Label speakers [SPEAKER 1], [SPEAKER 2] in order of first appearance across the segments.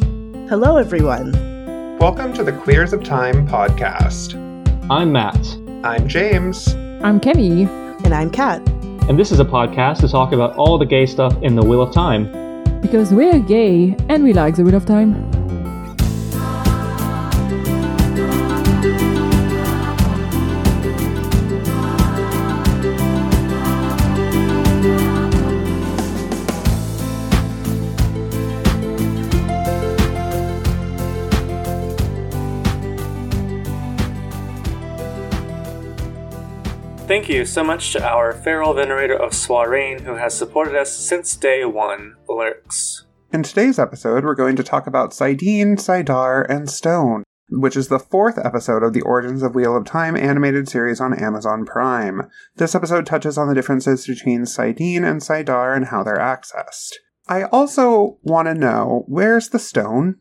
[SPEAKER 1] Hello, everyone.
[SPEAKER 2] Welcome to the Queers of Time podcast.
[SPEAKER 3] I'm Matt,
[SPEAKER 2] I'm James.
[SPEAKER 4] I'm Kimmy.
[SPEAKER 1] And I'm Kat.
[SPEAKER 3] and this is a podcast to talk about all the gay stuff in the Wheel of Time.
[SPEAKER 4] Because we're gay and we like the wheel of time.
[SPEAKER 5] Thank you so much to our feral venerator of Soirain who has supported us since day one, Lurks.
[SPEAKER 2] In today's episode, we're going to talk about Sidene, Sidar, and Stone, which is the fourth episode of the Origins of Wheel of Time animated series on Amazon Prime. This episode touches on the differences between Sidene and Sidar and how they're accessed. I also want to know where's the stone?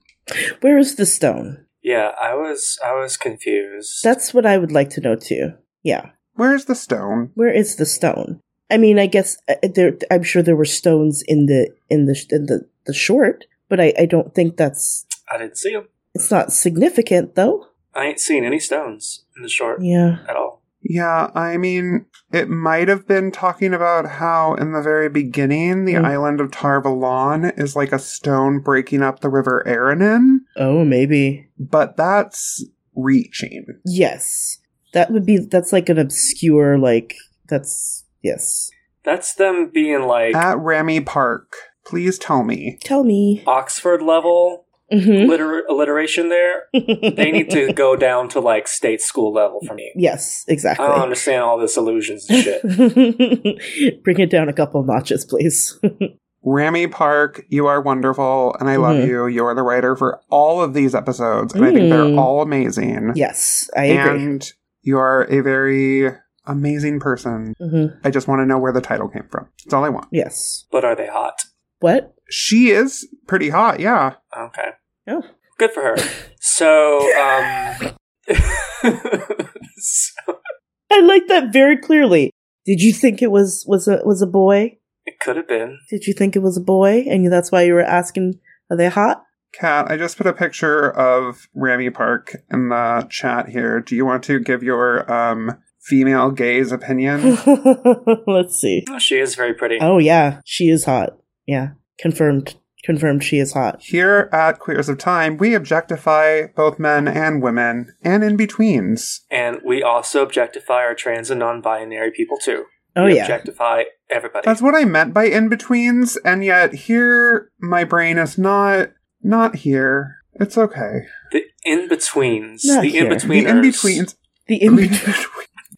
[SPEAKER 1] Where is the stone?
[SPEAKER 5] Yeah, I was I was confused.
[SPEAKER 1] That's what I would like to know too. Yeah.
[SPEAKER 2] Where's the stone?
[SPEAKER 1] Where is the stone? I mean, I guess uh, there. I'm sure there were stones in the in the in the the short, but I I don't think that's.
[SPEAKER 5] I didn't see him.
[SPEAKER 1] It's not significant though.
[SPEAKER 5] I ain't seen any stones in the short
[SPEAKER 1] Yeah.
[SPEAKER 5] at all.
[SPEAKER 2] Yeah, I mean, it might have been talking about how in the very beginning the
[SPEAKER 1] Mm.
[SPEAKER 2] island of Tarvalon is like a stone breaking up the river Aranon.
[SPEAKER 1] Oh, maybe.
[SPEAKER 2] but that's reaching.
[SPEAKER 1] Yes. That would be. That's like an obscure. Like that's yes.
[SPEAKER 5] That's them being like
[SPEAKER 1] Ah.
[SPEAKER 2] At Ramy Park, please tell me.
[SPEAKER 1] Tell me.
[SPEAKER 5] Oxford level
[SPEAKER 1] Mhm.
[SPEAKER 5] liter- alliteration there. They need to go down to like state school level for me.
[SPEAKER 1] Yes, exactly.
[SPEAKER 5] I don't understand all this illusions and shit.
[SPEAKER 1] Bring it down a couple notches, please.
[SPEAKER 2] Ramy Park, you are wonderful, and I love
[SPEAKER 1] Mhm.
[SPEAKER 2] you. You are the writer for all of these episodes, and I think
[SPEAKER 1] Mm.
[SPEAKER 2] they're all amazing.
[SPEAKER 1] yes, I agree.
[SPEAKER 2] and you are a very amazing person.
[SPEAKER 1] Mhm.
[SPEAKER 2] I just want to know where the title came from. That's all I want.
[SPEAKER 1] Yes.
[SPEAKER 5] But are they hot?
[SPEAKER 1] What?
[SPEAKER 2] She is pretty hot, yeah.
[SPEAKER 5] Okay.
[SPEAKER 1] Oh.
[SPEAKER 5] Good for her. So, um. so,
[SPEAKER 1] I like that very clearly. Did you think it was was a was a boy?
[SPEAKER 5] it could have been.
[SPEAKER 1] Did you think it was a boy, and that's why you were asking? Are they hot?
[SPEAKER 2] Kat, I just put a picture of Ramy Park in the chat here. Do you want to give your um, female gaze opinion?
[SPEAKER 1] Let's see.
[SPEAKER 5] Oh, She is very pretty.
[SPEAKER 1] Oh yeah, she is hot. Yeah, confirmed. Confirmed. She is hot.
[SPEAKER 2] Here at Queers of Time, we objectify both men and women, and in betweens.
[SPEAKER 5] And we also objectify our trans and non binary people too.
[SPEAKER 1] Oh
[SPEAKER 5] we
[SPEAKER 1] yeah.
[SPEAKER 5] Objectify everybody.
[SPEAKER 2] That's what I meant by in betweens, and yet here my brain is not not here. It's okay.
[SPEAKER 5] the in betweens.
[SPEAKER 1] Not
[SPEAKER 5] The
[SPEAKER 1] here.
[SPEAKER 5] in
[SPEAKER 2] The in
[SPEAKER 5] betweeners.
[SPEAKER 2] betweens.
[SPEAKER 1] the in between.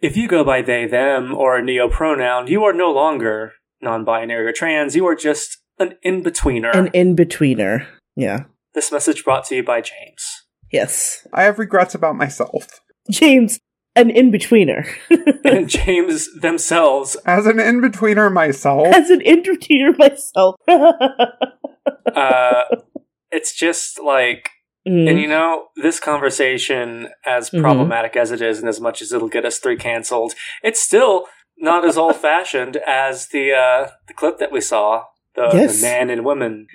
[SPEAKER 5] If you go by they, them, or a neo pronoun, you are no longer non binary or trans. You are just an in betweener.
[SPEAKER 1] An in betweener. Yeah.
[SPEAKER 5] this message brought to you by James.
[SPEAKER 1] Yes.
[SPEAKER 2] I have regrets about myself.
[SPEAKER 1] James, an in betweener.
[SPEAKER 5] and James themselves
[SPEAKER 2] As an in betweener
[SPEAKER 5] Oh.
[SPEAKER 2] myself,
[SPEAKER 1] As an in betweener myself. Mm.
[SPEAKER 5] uh, it's just like,
[SPEAKER 2] Mm-hmm.
[SPEAKER 5] and
[SPEAKER 1] Mm.
[SPEAKER 5] you know, this conversation, as
[SPEAKER 1] Mhm.
[SPEAKER 5] problematic as it is, and as much as it'll get us three canceled, it's still not as old fashioned as the uh, the clip that we saw, the,
[SPEAKER 1] Yes.
[SPEAKER 5] the man and woman.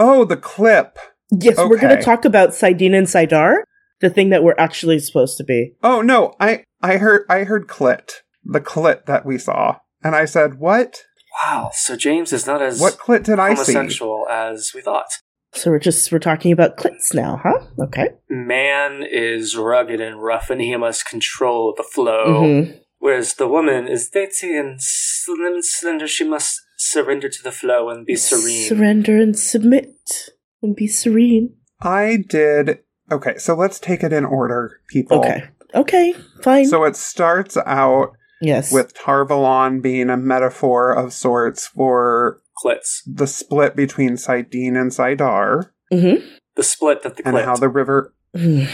[SPEAKER 2] oh, the clip.
[SPEAKER 1] Yes, we're going to
[SPEAKER 2] Okay.
[SPEAKER 1] talk about Sidene and Sidar, the thing that we're actually supposed to be.
[SPEAKER 2] Oh no, I I heard I heard clit, the clit that we saw, and I said, "What?
[SPEAKER 5] Wow. So James is not as
[SPEAKER 2] What clit did I see?"
[SPEAKER 5] homosexual as we thought.
[SPEAKER 1] So we're just we're talking about clits now, huh? Okay.
[SPEAKER 5] Man is rugged and rough, and he must control the flow.
[SPEAKER 2] Mm-hmm.
[SPEAKER 5] Whereas the woman is dainty and slim and slender. She must surrender to the flow and be serene.
[SPEAKER 1] Surrender and submit and be serene.
[SPEAKER 2] I did. Okay, so let's take it in order, people.
[SPEAKER 1] Okay. Okay. Fine.
[SPEAKER 2] So it starts out
[SPEAKER 1] yes.
[SPEAKER 2] with Tarvalon being a metaphor of sorts for
[SPEAKER 5] Clits.
[SPEAKER 2] the split between Sidene and Sidar,
[SPEAKER 1] Mhm.
[SPEAKER 5] The split that the
[SPEAKER 2] and
[SPEAKER 5] clit.
[SPEAKER 2] how the river.
[SPEAKER 1] Mm.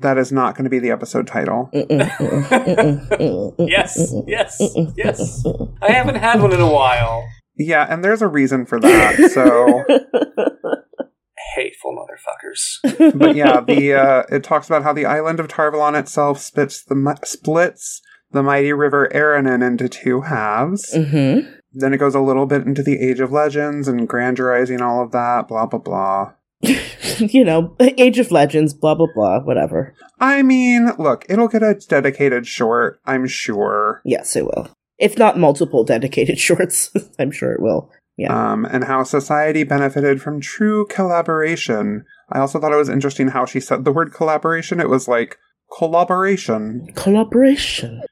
[SPEAKER 2] That is not going to be the episode title.
[SPEAKER 1] Mm-mm, mm-mm, mm-mm, mm-mm, mm-mm,
[SPEAKER 5] yes,
[SPEAKER 1] mm-mm,
[SPEAKER 5] yes,
[SPEAKER 1] mm-mm,
[SPEAKER 5] yes.
[SPEAKER 1] mm-mm,
[SPEAKER 5] I haven't had one in a while.
[SPEAKER 2] Yeah, and there's a reason for that. So,
[SPEAKER 5] Hateful motherfuckers.
[SPEAKER 1] mm-mm.
[SPEAKER 2] but yeah, the uh, it talks about how the island of Tarvalon itself spits the mi- splits the mighty river Aranon into two halves.
[SPEAKER 1] Mhm.
[SPEAKER 2] Then it goes a little bit into the Age of Legends and grandurizing all of that. Blah blah blah.
[SPEAKER 1] you know, Age of Legends, blah blah blah, whatever.
[SPEAKER 2] I mean, look, it'll get a dedicated short, I'm sure.
[SPEAKER 1] Yes, it will. If not multiple dedicated shorts, I'm sure it will. Yeah.
[SPEAKER 2] Um, and how society benefited from true collaboration. I also thought it was interesting how she said the word collaboration. It was like collaboration,
[SPEAKER 1] Collaboration.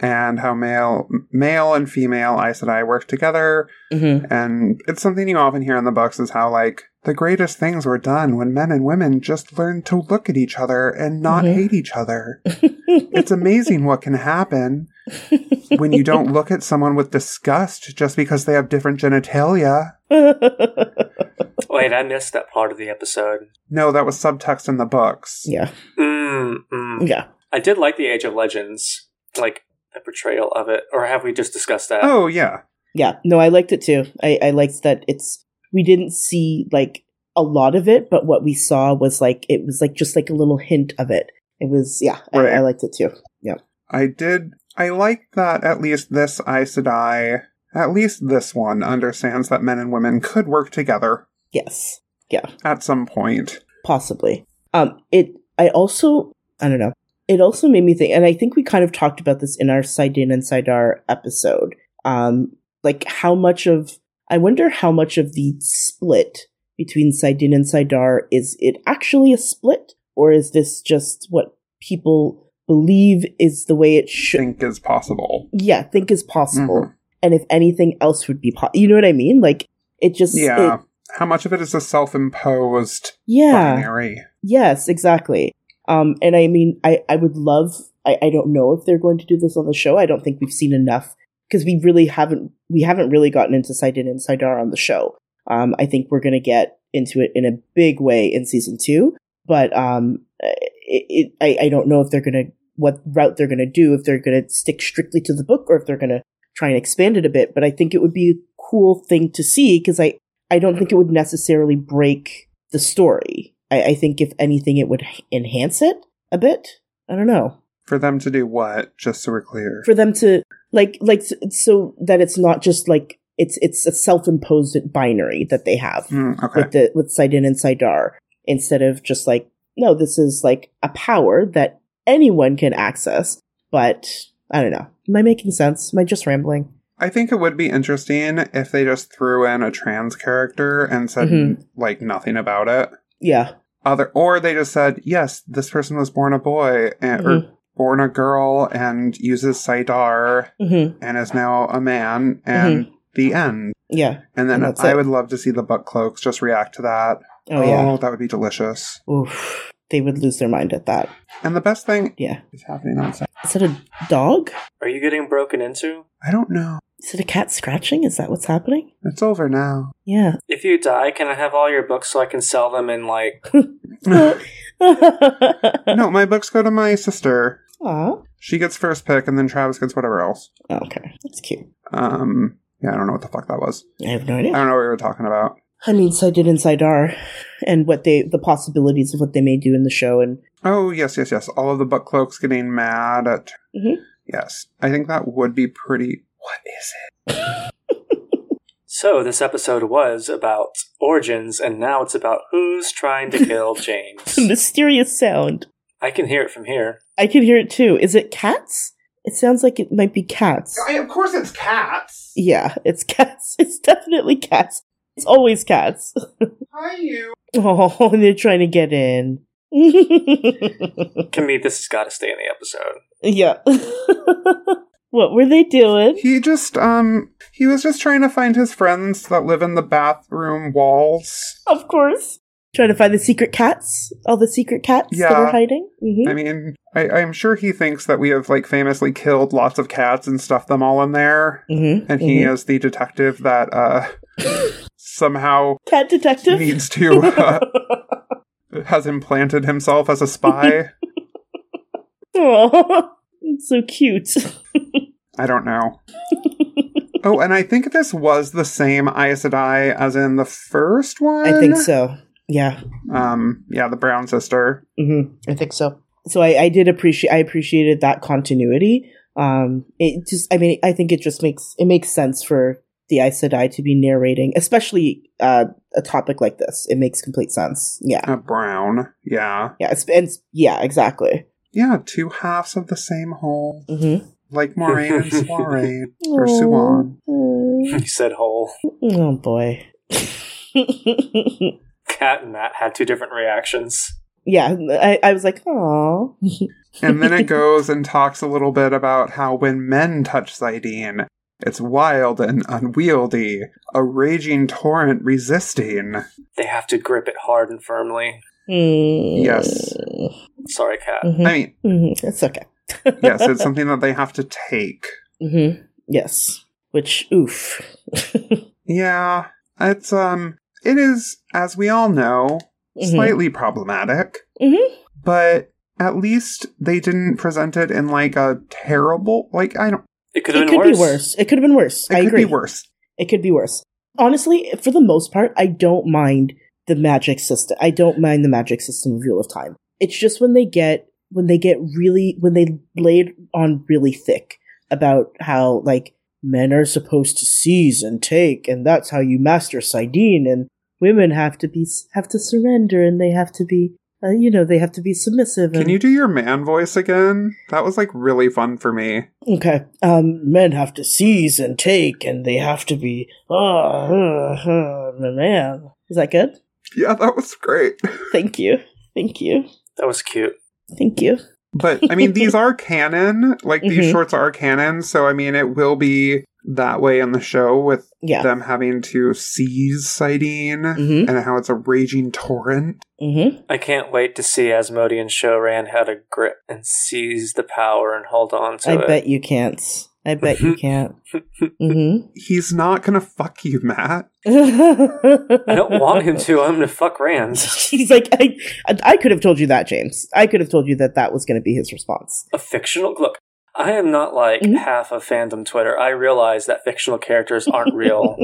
[SPEAKER 2] and how male, male and female Aes Sedai work together.
[SPEAKER 1] Mm-hmm.
[SPEAKER 2] And it's something you often hear in the books is how like the greatest things were done when men and women just learned to look at each other and not
[SPEAKER 1] Mhm.
[SPEAKER 2] hate each other. it's amazing what can happen when you don't look at someone with disgust just because they have different genitalia.
[SPEAKER 5] Wait, I missed that part of the episode.
[SPEAKER 2] No, that was subtext in the books.
[SPEAKER 1] yeah.
[SPEAKER 5] Mm, mm.
[SPEAKER 1] Yeah.
[SPEAKER 5] I did like the Age of Legends, like the portrayal of it. Or have we just discussed that?
[SPEAKER 2] Oh yeah.
[SPEAKER 1] Yeah. No, I liked it too. I, I liked that it's we didn't see like a lot of it, but what we saw was like it was like just like a little hint of it. It was yeah,
[SPEAKER 2] Right.
[SPEAKER 1] I, I liked it too.
[SPEAKER 2] I did I like that at least this Aes Sedai at least this one understands that men and women could work together
[SPEAKER 1] Yes.
[SPEAKER 2] at some point.
[SPEAKER 1] possibly. Um, it. I also. I don't know. It also made me think, and I think we kind of talked about this in our Sidin and Sidar episode. Um, like how much of I wonder how much of the split between Sidin and Sidar is it actually a split, or is this just what people believe is the way it should?
[SPEAKER 2] Think is possible.
[SPEAKER 1] Yeah, think is possible,
[SPEAKER 2] Mhm.
[SPEAKER 1] and if anything else would be, po- you know what I mean? Like it just,
[SPEAKER 2] Yeah.
[SPEAKER 1] it-
[SPEAKER 2] How much of it is a self imposed
[SPEAKER 1] yeah.
[SPEAKER 2] binary?
[SPEAKER 1] Yes, exactly. Um, and I mean, I, I would love, I, I don't know if they're going to do this on the show. I don't think we've seen enough because we really haven't, we haven't really gotten into Sidon and Sidar on the show. Um, I think we're going to get into it in a big way in season two, but, um, it, it, I, I don't know if they're going to, what route they're going to do, if they're going to stick strictly to the book or if they're going to try and expand it a bit. But I think it would be a cool thing to see because I, I don't think it would necessarily break the story. I, I think if anything, it would h- enhance it a bit. I don't know
[SPEAKER 2] For them to do what? Just so we're clear.
[SPEAKER 1] for them to like like s- so that it's not just like it's it's a self imposed binary that they have
[SPEAKER 2] Mm, okay.
[SPEAKER 1] with the with Sidon and Sidar instead of just like no, this is like a power that anyone can access. But I don't know. Am I making sense? Am I just rambling?
[SPEAKER 2] I think it would be interesting if they just threw in a trans character and said
[SPEAKER 1] Mhm.
[SPEAKER 2] like nothing about it.
[SPEAKER 1] Yeah.
[SPEAKER 2] Other or they just said, "Yes, this person was born a boy and,
[SPEAKER 1] Mm-hmm.
[SPEAKER 2] or born a girl and uses Sidar
[SPEAKER 1] hmm
[SPEAKER 2] and is now a man and the end."
[SPEAKER 1] Yeah.
[SPEAKER 2] And then
[SPEAKER 1] Mm-hmm. And that's
[SPEAKER 2] I
[SPEAKER 1] it.
[SPEAKER 2] would love to see the butt cloaks just react to that.
[SPEAKER 1] Oh, yeah.
[SPEAKER 2] that would be delicious.
[SPEAKER 1] Oof. They would lose their mind at that.
[SPEAKER 2] And the best thing
[SPEAKER 1] Yeah.
[SPEAKER 2] is happening outside.
[SPEAKER 1] Is that a dog?
[SPEAKER 5] Are you getting broken into?
[SPEAKER 2] I don't know.
[SPEAKER 1] Is it a cat scratching? Is that what's happening?
[SPEAKER 2] It's over now.
[SPEAKER 1] Yeah.
[SPEAKER 5] If you die, can I have all your books so I can sell them in like
[SPEAKER 2] no, my books go to my sister.
[SPEAKER 1] Aw.
[SPEAKER 2] She gets first pick, and then Travis gets whatever else.
[SPEAKER 1] Oh, Okay. That's cute.
[SPEAKER 2] Um, yeah, I don't know what the fuck that was.
[SPEAKER 1] I have no
[SPEAKER 2] I
[SPEAKER 1] idea.
[SPEAKER 2] don't know what we were talking about.
[SPEAKER 1] I mean, so I did Inside R and what they, the possibilities of what they may do in the show. And
[SPEAKER 2] Oh, yes, yes, yes. All of the butt cloaks getting mad at.
[SPEAKER 1] Mhm.
[SPEAKER 2] Yes, I think that would be pretty. What is it?
[SPEAKER 5] So this episode was about origins and now it's about who's trying to kill James.
[SPEAKER 1] the mysterious sound.
[SPEAKER 5] I can hear it from here.
[SPEAKER 1] I can hear it too. Is it cats? It sounds like it might be cats.
[SPEAKER 2] of course, it's cats.
[SPEAKER 1] Yeah, it's cats. It's definitely cats. It's always cats.
[SPEAKER 2] Hi, you.
[SPEAKER 1] Oh, and they're trying to get in.
[SPEAKER 5] To me, this has got to stay in the episode.
[SPEAKER 1] yeah. what were they doing?
[SPEAKER 2] He just um, he was just trying to find his friends that live in the bathroom walls.
[SPEAKER 1] Of course. Trying to find the secret cats, all the secret cats that
[SPEAKER 2] Yeah.
[SPEAKER 1] are hiding. hmm
[SPEAKER 2] I mean, I, I'm sure he thinks that we have like famously killed lots of cats and stuffed them all in there,
[SPEAKER 1] hmm
[SPEAKER 2] and he is the detective that uh somehow
[SPEAKER 1] Cat detective.
[SPEAKER 2] needs to uh, has implanted himself as a spy.
[SPEAKER 1] Aw, it's so cute.
[SPEAKER 2] I don't know. oh, and I think this was the same Aes Sedai as in the first one.
[SPEAKER 1] I think so. Yeah.
[SPEAKER 2] Um, yeah, the brown sister.
[SPEAKER 1] hmm I think so. So I, I did appreciate. I appreciated that continuity. Um, it just. I mean, I think it just makes it makes sense for the Aes Sedai to be narrating, especially uh, a topic like this. It makes complete sense. Yeah.
[SPEAKER 2] Uh, brown. Yeah.
[SPEAKER 1] Yeah. It's, and, yeah, exactly.
[SPEAKER 2] Yeah, two halves of the same whole.
[SPEAKER 1] Mm-hmm.
[SPEAKER 2] Like Moraine and Soiree. or Suan.
[SPEAKER 5] He said whole.
[SPEAKER 1] Oh, boy.
[SPEAKER 5] Cat and Matt had two different reactions.
[SPEAKER 1] yeah. I, I was like, oh.
[SPEAKER 2] And then it goes and talks a little bit about how when men touch Zidine, it's wild and unwieldy, a raging torrent resisting.
[SPEAKER 5] They have to grip it hard and firmly.
[SPEAKER 2] Yes.
[SPEAKER 5] Sorry, Cat.
[SPEAKER 1] Mhm.
[SPEAKER 2] I mean,
[SPEAKER 1] Mhm. It's okay.
[SPEAKER 2] yes, it's something that they have to take.
[SPEAKER 1] hmm Yes. Which, oof.
[SPEAKER 2] Yeah, it's um, it is as we all know
[SPEAKER 1] Mm-hmm.
[SPEAKER 2] slightly problematic,
[SPEAKER 1] Mhm.
[SPEAKER 2] but at least they didn't present it in like a terrible like I don't.
[SPEAKER 5] It could
[SPEAKER 1] It
[SPEAKER 5] have
[SPEAKER 1] could
[SPEAKER 5] been worse.
[SPEAKER 1] be worse. It could have been worse.
[SPEAKER 2] It
[SPEAKER 1] I
[SPEAKER 2] could
[SPEAKER 1] agree.
[SPEAKER 2] be worse.
[SPEAKER 1] It could be worse. Honestly, for the most part, I don't mind the magic system. I don't mind the magic system of Wheel of Time. It's just when they get when they get really when they lay it on really thick about how like men are supposed to seize and take, and that's how you master Sidene, and women have to be have to surrender, and they have to be uh, you know they have to be submissive.
[SPEAKER 2] Can
[SPEAKER 1] and-
[SPEAKER 2] you do your man voice again? That was like really fun for me.
[SPEAKER 1] Okay. Um, men have to seize and take, and they have to be. Uh, uh, uh, man, is that good?
[SPEAKER 2] Yeah, that was great.
[SPEAKER 1] Thank you. Thank you.
[SPEAKER 5] That was cute.
[SPEAKER 1] Thank you.
[SPEAKER 2] But I mean, these are canon. Like these
[SPEAKER 1] Mhm.
[SPEAKER 2] shorts are canon, so I mean, it will be that way in the show with
[SPEAKER 1] Yeah.
[SPEAKER 2] them having to seize Sidene
[SPEAKER 1] Mhm.
[SPEAKER 2] and how it's a raging torrent.
[SPEAKER 1] Mm-hmm.
[SPEAKER 5] I can't wait to see Asmodian Shoran how to grip and seize the power and hold on to
[SPEAKER 1] I
[SPEAKER 5] it.
[SPEAKER 1] bet you can't. I bet you can't. Mm-hmm.
[SPEAKER 2] He's not gonna fuck you, Matt.
[SPEAKER 5] I don't want him to. I'm gonna fuck Rand.
[SPEAKER 1] He's like, I, I could have told you that, James. I could have told you that that was going to be his response.
[SPEAKER 5] A fictional look. I am not like
[SPEAKER 1] Mhm.
[SPEAKER 5] half of fandom Twitter. I realize that fictional characters aren't real,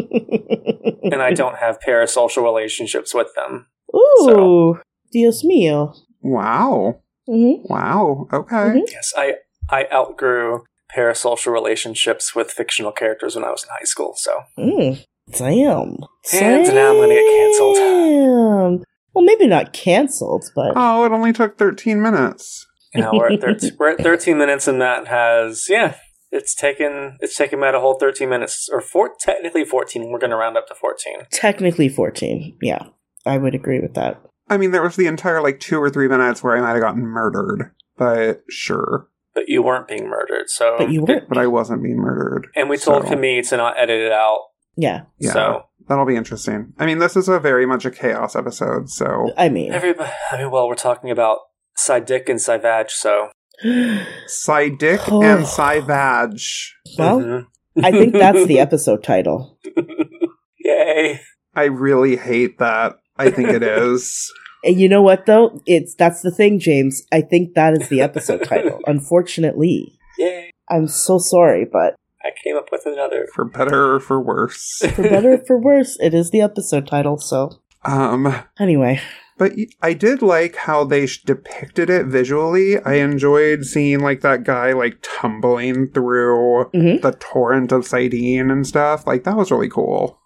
[SPEAKER 5] and I don't have parasocial relationships with them.
[SPEAKER 1] Ooh,
[SPEAKER 5] So-
[SPEAKER 1] Dios mio.
[SPEAKER 2] Wow.
[SPEAKER 1] Mm-hmm.
[SPEAKER 2] Wow. Okay.
[SPEAKER 1] Mhm.
[SPEAKER 5] Yes, I I outgrew parasocial relationships with fictional characters when I was in high school. So
[SPEAKER 1] Mm, damn.
[SPEAKER 5] And now I'm gonna get canceled.
[SPEAKER 1] Damn. Well, maybe not canceled, but
[SPEAKER 2] Oh, it only took 13 minutes.
[SPEAKER 5] you know we're at 13, we're at 13 minutes, and that has yeah, it's taken it's taken Matt a whole 13 minutes or four technically 14. We're gonna round up to 14.
[SPEAKER 1] technically 14. Yeah, I would agree with that.
[SPEAKER 2] I mean, there was the entire like two or three minutes where I might have gotten murdered, but sure.
[SPEAKER 5] But you weren't being murdered, so
[SPEAKER 1] But you weren't.
[SPEAKER 2] But I wasn't being murdered.
[SPEAKER 5] And we told
[SPEAKER 2] so-
[SPEAKER 5] Camille to not edit it out.
[SPEAKER 1] Yeah,
[SPEAKER 2] Yeah.
[SPEAKER 5] So
[SPEAKER 2] That'll be interesting. I mean, this is a very much a chaos episode, so
[SPEAKER 1] I mean,
[SPEAKER 5] everybody, I mean, well, we're talking about Psydick and Psyvag, so
[SPEAKER 2] Psy Dick and Psy Vag.
[SPEAKER 1] well,
[SPEAKER 5] Mhm.
[SPEAKER 1] I think that's the episode title.
[SPEAKER 5] yay.
[SPEAKER 2] I really hate that. I think it is.
[SPEAKER 1] And you know what though? It's that's the thing, James. I think that is the episode title. Unfortunately,
[SPEAKER 5] Yay.
[SPEAKER 1] I'm so sorry, but
[SPEAKER 5] I came up with another.
[SPEAKER 2] For better or for worse.
[SPEAKER 1] for better or for worse, it is the episode title. So
[SPEAKER 2] Um,
[SPEAKER 1] anyway,
[SPEAKER 2] But y- I did like how they sh- depicted it visually. I enjoyed seeing like that guy like tumbling through
[SPEAKER 1] Mhm.
[SPEAKER 2] the torrent of Sidene and stuff. Like that was really cool.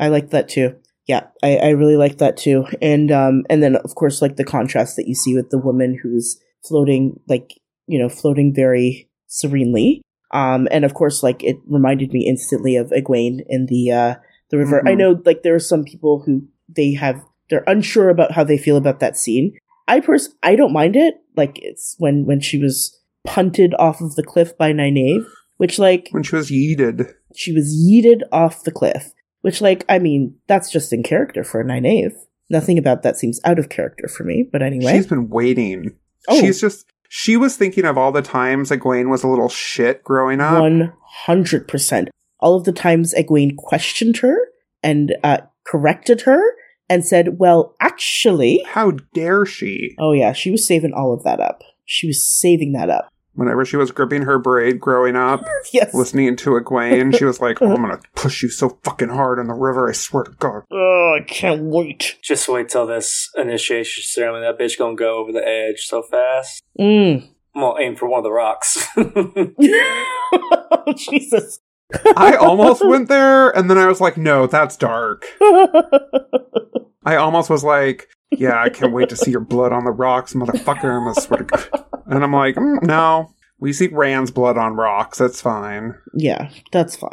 [SPEAKER 1] I like that too. Yeah, I, I really like that too. And um and then of course like the contrast that you see with the woman who's floating like, you know, floating very serenely. Um and of course like it reminded me instantly of Egwene in the uh the river. I
[SPEAKER 2] Mhm.
[SPEAKER 1] know like there are some people who they have they're unsure about how they feel about that scene. I pers- I don't mind it. Like it's when when she was punted off of the cliff by Nynaeve, which like
[SPEAKER 2] When she was yeeted.
[SPEAKER 1] she was yeeted off the cliff. Which, like, I mean, that's just in character for Nynaeve. Nothing about that seems out of character for me, but anyway.
[SPEAKER 2] She's been waiting.
[SPEAKER 1] Oh.
[SPEAKER 2] She's just she was thinking of all the times Egwene was a little shit growing up.
[SPEAKER 1] 100%. All of the times Egwene questioned her and uh, corrected her and said, well, actually.
[SPEAKER 2] How dare she?
[SPEAKER 1] Oh, yeah, she was saving all of that up. She was saving that up.
[SPEAKER 2] Whenever she was gripping her braid growing up,
[SPEAKER 1] Yes.
[SPEAKER 2] listening to Egwene, she was like, oh, "I'm gonna push you so fucking hard in the river. I swear to God."
[SPEAKER 1] Oh, I can't wait.
[SPEAKER 5] Just wait till this initiation ceremony. That bitch gonna go over the edge so fast.
[SPEAKER 1] Mm.
[SPEAKER 5] I'm gonna aim for one of the rocks.
[SPEAKER 1] Jesus.
[SPEAKER 2] I almost went there, and then I was like, no, that's dark. I almost was like, yeah, I can't wait to see your blood on the rocks, motherfucker. I'm gonna swear to God. And I'm like, mm, no, we see Rand's blood on rocks. That's fine.
[SPEAKER 1] yeah, that's fine.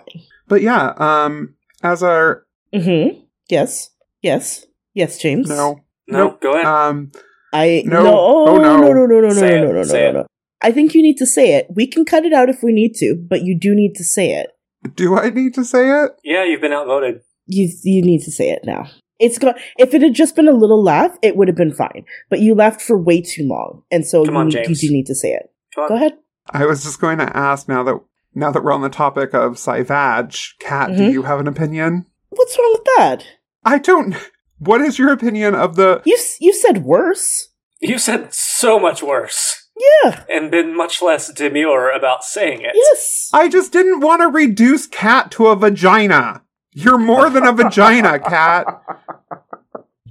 [SPEAKER 2] But yeah, um, as our
[SPEAKER 1] Mm-hmm. Yes. Yes. Yes, James.
[SPEAKER 2] no,
[SPEAKER 5] No,
[SPEAKER 2] Nope.
[SPEAKER 5] go
[SPEAKER 1] Uh,
[SPEAKER 5] ahead.
[SPEAKER 2] um,
[SPEAKER 1] I
[SPEAKER 2] No.
[SPEAKER 1] no.
[SPEAKER 2] Oh, no.
[SPEAKER 1] no no no no no
[SPEAKER 5] Say it.
[SPEAKER 1] no no
[SPEAKER 5] Say
[SPEAKER 1] no
[SPEAKER 5] it.
[SPEAKER 1] no. I think you need to say it. We can cut it out if we need to, but you do need to say it.
[SPEAKER 2] do I need to say it?
[SPEAKER 5] yeah, you've been outvoted.
[SPEAKER 1] You you need to say it now. It's got if it had just been a little laugh, it would have been fine. But you laughed for way too long, and so
[SPEAKER 5] Come
[SPEAKER 1] you,
[SPEAKER 5] on,
[SPEAKER 1] need- you
[SPEAKER 5] James.
[SPEAKER 1] do need to say it.
[SPEAKER 5] Come on.
[SPEAKER 1] Go ahead.
[SPEAKER 2] I was just going to ask now that now that we're on the topic of Saivage, Kat, do
[SPEAKER 1] Mhm.
[SPEAKER 2] you have an opinion?
[SPEAKER 1] What's wrong with that?
[SPEAKER 2] I don't. What is your opinion of the?
[SPEAKER 1] You s- you said worse.
[SPEAKER 5] You said so much worse
[SPEAKER 1] Yeah.
[SPEAKER 5] and been much less demure about saying it.
[SPEAKER 1] Yes.
[SPEAKER 2] I just didn't want to reduce Kat to a vagina. You're more than a vagina, Kat.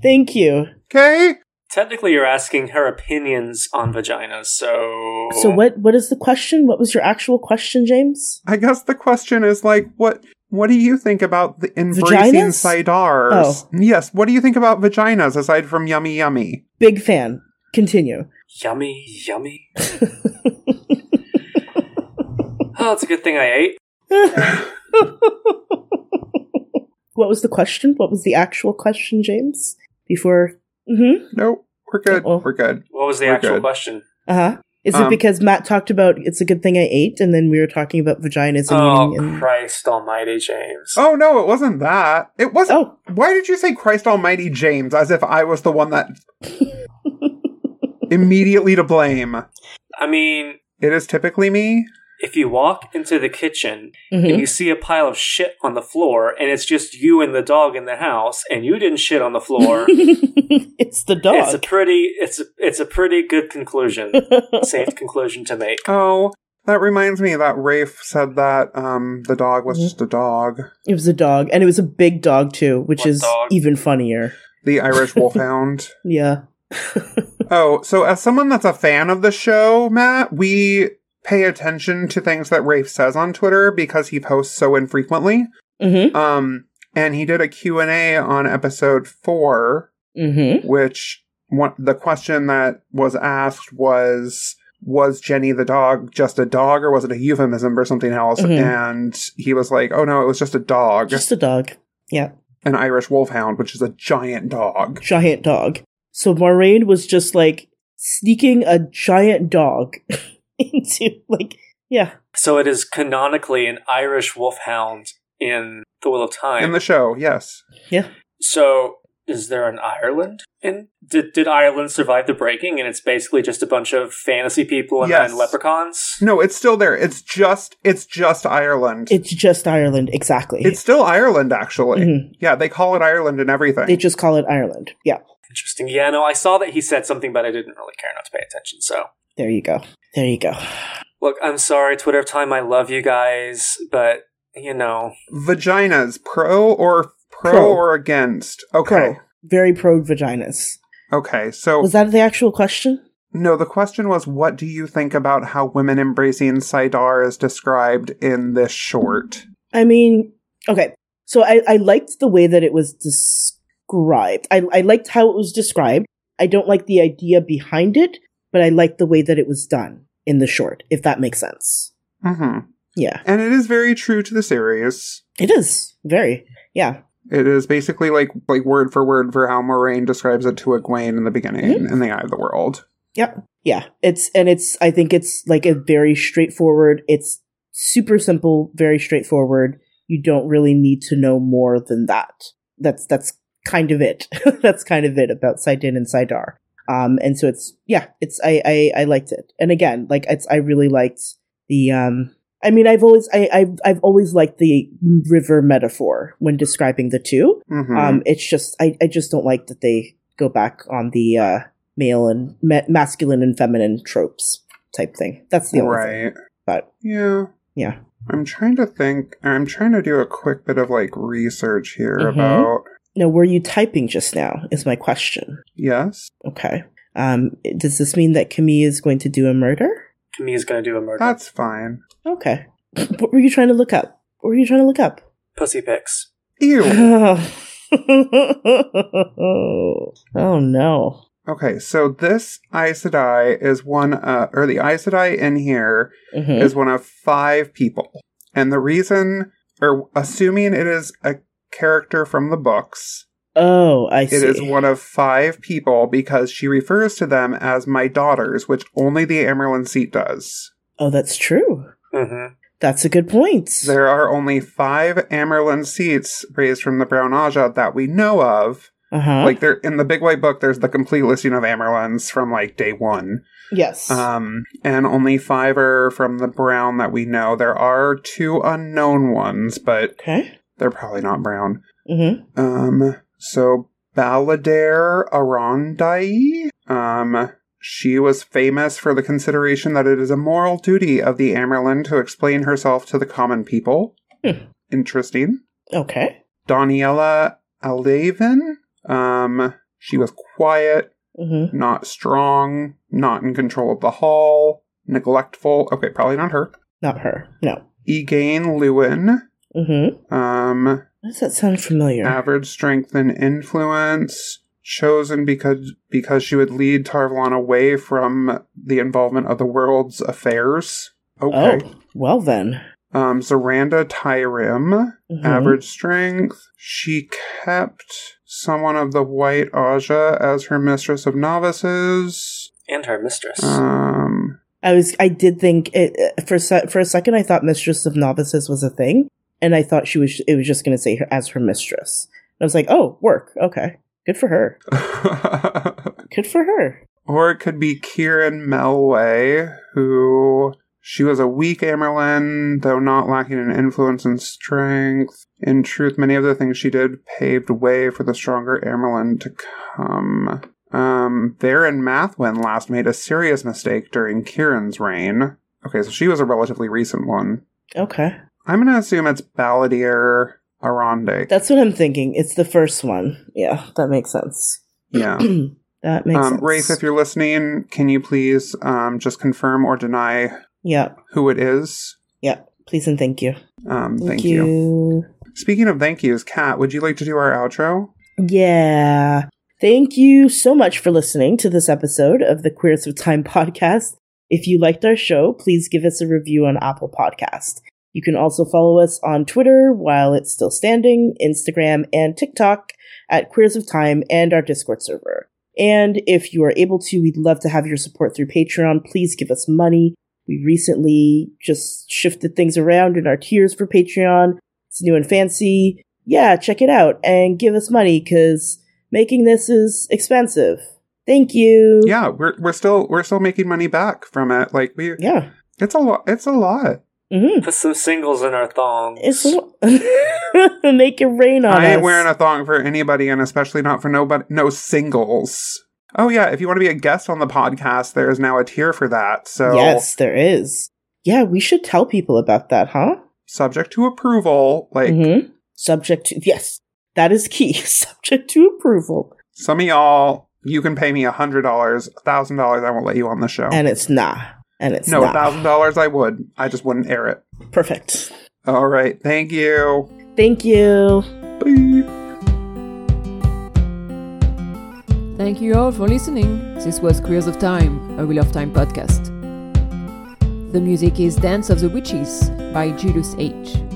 [SPEAKER 1] Thank you.
[SPEAKER 2] Okay.
[SPEAKER 5] Technically, you're asking her opinions on vaginas, so.
[SPEAKER 1] So what what is the question? What was your actual question, James?
[SPEAKER 2] I guess the question is like, what? What do you think about the embracing
[SPEAKER 1] Vaginas?
[SPEAKER 2] sidars? Yes. What do you think about vaginas aside from yummy, yummy?
[SPEAKER 1] Big fan. Continue.
[SPEAKER 5] Yummy, yummy. oh, it's a good thing I ate.
[SPEAKER 1] What was the question? What was the actual question, James? Before. Mm-hmm.
[SPEAKER 2] Nope. We're good.
[SPEAKER 1] Uh-oh.
[SPEAKER 2] We're good.
[SPEAKER 5] What was the
[SPEAKER 2] We're
[SPEAKER 5] actual
[SPEAKER 2] good.
[SPEAKER 5] question?
[SPEAKER 1] Uh huh. Is
[SPEAKER 2] Um,
[SPEAKER 1] it because Matt talked about it's a good thing I ate, and then we were talking about vaginas and
[SPEAKER 5] Oh,
[SPEAKER 1] eating? And-
[SPEAKER 5] Christ Almighty, James.
[SPEAKER 2] Oh no, it wasn't that. It wasn't.
[SPEAKER 1] oh,
[SPEAKER 2] Why did you say Christ Almighty James as if I was the one that immediately to blame?
[SPEAKER 5] I mean,
[SPEAKER 2] It is typically me.
[SPEAKER 5] if you walk into the kitchen and
[SPEAKER 1] mhm.
[SPEAKER 5] you see a pile of shit on the floor and it's just you and the dog in the house and you didn't shit on the floor,
[SPEAKER 1] it's the
[SPEAKER 5] it's a
[SPEAKER 1] dog.
[SPEAKER 5] pretty it's a, it's a pretty good conclusion. Safe conclusion to make.
[SPEAKER 2] Oh, that reminds me that Rafe said that um the dog was
[SPEAKER 1] Mhm.
[SPEAKER 2] just a dog.
[SPEAKER 1] it was a dog, and it was a big dog too, which
[SPEAKER 5] What
[SPEAKER 1] is
[SPEAKER 5] dog?
[SPEAKER 1] even funnier.
[SPEAKER 2] The Irish Wolfhound.
[SPEAKER 1] Yeah.
[SPEAKER 2] Oh, so as someone that's a fan of the show, Matt, we pay attention to things that Rafe says on Twitter because he posts so infrequently.
[SPEAKER 1] Mm
[SPEAKER 2] Um and he did a Q&A on episode 4
[SPEAKER 1] hmm. Mm
[SPEAKER 2] which one, the question that was asked was was Jenny the dog just a dog or was it a euphemism for something else?
[SPEAKER 1] Mhm.
[SPEAKER 2] And he was like, "Oh no, it was just a
[SPEAKER 1] hmm.
[SPEAKER 2] dog,
[SPEAKER 1] Just a dog. Yeah.
[SPEAKER 2] an Irish wolfhound, which is a giant dog."
[SPEAKER 1] Giant dog. So Moraine was just like sneaking a giant dog into, like, yeah.
[SPEAKER 5] So it is canonically an Irish wolfhound in The Wheel of Time.
[SPEAKER 2] In the show, yes,
[SPEAKER 5] so is there an Ireland? And did, did Ireland survive the breaking? And it's basically just a bunch of fantasy people and,
[SPEAKER 2] Yes.
[SPEAKER 5] and leprechauns.
[SPEAKER 2] no, it's still there. It's just it's just Ireland.
[SPEAKER 1] It's just Ireland, exactly.
[SPEAKER 2] It's still Ireland, actually.
[SPEAKER 1] Mhm.
[SPEAKER 2] Yeah, they call it Ireland and everything.
[SPEAKER 1] They just call it Ireland. Yeah,
[SPEAKER 5] Interesting. Yeah, no, I saw that he said something, but I didn't really care enough to pay attention. So
[SPEAKER 1] there you go. There you go.
[SPEAKER 5] look, I'm sorry, Twitter time. I love you guys, but you know,
[SPEAKER 2] Vaginas, pro or pro,
[SPEAKER 1] Pro.
[SPEAKER 2] or against? Okay, Oh.
[SPEAKER 1] Very pro vaginas.
[SPEAKER 2] okay. So
[SPEAKER 1] Was that the actual question?
[SPEAKER 2] No, the question was what do you think about how women embracing Sidar is described in this short?
[SPEAKER 1] I mean, okay. So I, I liked the way that it was described. I, I liked how it was described. I don't like the idea behind it, but I liked the way that it was done in the short, if that makes sense.
[SPEAKER 2] hmm
[SPEAKER 1] Yeah,
[SPEAKER 2] And it is very true to the series.
[SPEAKER 1] it is. Very. Yeah.
[SPEAKER 2] It is basically like like word for word for how Moraine describes it to Egwene in the beginning in the Eye of the World.
[SPEAKER 1] Yeah. It's, and it's, I think it's like a very straightforward, it's super simple, very straightforward. You don't really need to know more than that. That's, that's kind of it. that's kind of it about Sidin and Sidar. Um, and so it's, yeah, it's, I, I, I liked it. And again, like it's, I really liked the, um, I mean, I've always, I, I've, I've always liked the river metaphor when describing the two.
[SPEAKER 2] hmm
[SPEAKER 1] Um, it's just I, I just don't like that they go back on the uh, male and ma- masculine and feminine tropes type thing. That's the only thing.
[SPEAKER 2] right.
[SPEAKER 1] But
[SPEAKER 2] Yeah.
[SPEAKER 1] yeah,
[SPEAKER 2] I'm trying to think. I'm trying to do a quick bit of like research here
[SPEAKER 1] Mhm.
[SPEAKER 2] about.
[SPEAKER 1] now were you typing just now? Is my question.
[SPEAKER 2] Yes.
[SPEAKER 1] Okay. Um, does this mean that Camille is going to do a murder?
[SPEAKER 5] Camille's going to do a murder.
[SPEAKER 2] That's fine.
[SPEAKER 1] Okay. What were you trying to look up? What were you trying to look up?
[SPEAKER 5] Pussy pics.
[SPEAKER 2] Ew.
[SPEAKER 1] oh no.
[SPEAKER 2] Okay, so this Aes Sedai is one, uh, or the Aes Sedai in here
[SPEAKER 1] Mhm.
[SPEAKER 2] is one of five people. And the reason, or assuming it is a character from the books,
[SPEAKER 1] Oh, I see.
[SPEAKER 2] it is one of five people because she refers to them as my daughters, which only the Amerlin seat does.
[SPEAKER 1] oh, that's true.
[SPEAKER 5] Mm-hmm.
[SPEAKER 1] That's a good point.
[SPEAKER 2] There are only five Amerlin seats raised from the Brown Aja that we know of.
[SPEAKER 1] Uh huh.
[SPEAKER 2] Like, there in the Big White Book, there's the complete listing of Amerlins from like day one.
[SPEAKER 1] yes.
[SPEAKER 2] Um, and only five are from the brown that we know. There are two unknown ones, but
[SPEAKER 1] okay.
[SPEAKER 2] they're probably not brown.
[SPEAKER 1] Mm-hmm.
[SPEAKER 2] Um, so Ballader Arondai, um, she was famous for the consideration that it is a moral duty of the Amerlin to explain herself to the common people.
[SPEAKER 1] Hmm.
[SPEAKER 2] Interesting.
[SPEAKER 1] Okay.
[SPEAKER 2] Daniela Alavin, um, she was quiet,
[SPEAKER 1] Mm-hmm.
[SPEAKER 2] not strong, not in control of the hall, neglectful. Okay, probably not her.
[SPEAKER 1] Not her. No.
[SPEAKER 2] Egain Lewin,
[SPEAKER 1] Mm-hmm.
[SPEAKER 2] um,
[SPEAKER 1] Does that sound familiar?
[SPEAKER 2] average strength and influence, chosen because because she would lead Tarvalon away from the involvement of the world's affairs. Okay.
[SPEAKER 1] Oh, well then.
[SPEAKER 2] Um, Zaranda Tyrim,
[SPEAKER 1] Mhm.
[SPEAKER 2] average strength. She kept someone of the White Aja as her mistress of novices.
[SPEAKER 5] And her mistress.
[SPEAKER 2] Um,
[SPEAKER 1] I was. I did think it uh, for se- for a second. I thought mistress of novices was a thing, and I thought she was. It was just going to say her as her mistress. And I was like, oh, work. Okay, good for her. Good for her.
[SPEAKER 2] or it could be Kieran Melway, who she was a weak Amerlin, though not lacking in influence and strength. In truth, many of the things she did paved way for the stronger Amerlin to come. Um, Theron Mathwin last made a serious mistake during Kieran's reign. Okay, so she was a relatively recent one.
[SPEAKER 1] Okay,
[SPEAKER 2] I'm gonna assume it's Balladeer Aronde.
[SPEAKER 1] that's what I'm thinking. It's the first one. Yeah, that makes sense.
[SPEAKER 2] yeah.
[SPEAKER 1] that makes
[SPEAKER 2] Um,
[SPEAKER 1] sense.
[SPEAKER 2] Rafe, if you're listening, can you please um, just confirm or deny
[SPEAKER 1] yeah,
[SPEAKER 2] who it is?
[SPEAKER 1] yeah. Please and thank you.
[SPEAKER 2] Um, thank, you. Speaking of thank yous, Kat, would you like to do our outro?
[SPEAKER 1] Yeah. Thank you so much for listening to this episode of the Queers of Time podcast. If you liked our show, please give us a review on Apple Podcast. You can also follow us on Twitter while it's still standing, Instagram, and TikTok at Queers of Time and our Discord server. And if you are able to, we'd love to have your support through Patreon. Please give us money. We recently just shifted things around in our tiers for Patreon. It's new and fancy yeah, check it out and give us money because making this is expensive. Thank you.
[SPEAKER 2] Yeah, we're we're still we're still making money back from it. Like we,
[SPEAKER 1] Yeah.
[SPEAKER 2] it's a lot. It's a lot.
[SPEAKER 1] hmm
[SPEAKER 5] Put some singles in our thongs.
[SPEAKER 1] It's make it rain on
[SPEAKER 2] I ain't
[SPEAKER 1] us.
[SPEAKER 2] wearing a thong for anybody, and especially not for nobody. No singles. Oh yeah, if you want to be a guest on the podcast, there is now a tier for that. So
[SPEAKER 1] yes, there is. Yeah, we should tell people about that, huh?
[SPEAKER 2] subject to approval. Like
[SPEAKER 1] hmm Subject to yes, that is key. Subject to approval,
[SPEAKER 2] Some of y'all, you can pay me a hundred dollars, a thousand dollars, I won't let you on the show.
[SPEAKER 1] and it's nah, and it's
[SPEAKER 2] Oh. no, a
[SPEAKER 1] nah.
[SPEAKER 2] thousand dollars I would. I just wouldn't air it.
[SPEAKER 1] Perfect.
[SPEAKER 2] All right, thank you.
[SPEAKER 1] Thank you.
[SPEAKER 2] Bye.
[SPEAKER 4] Thank you all for listening. This was Queers of Time, a Wheel of Time podcast. The music is Dance of the Witches by Julius H.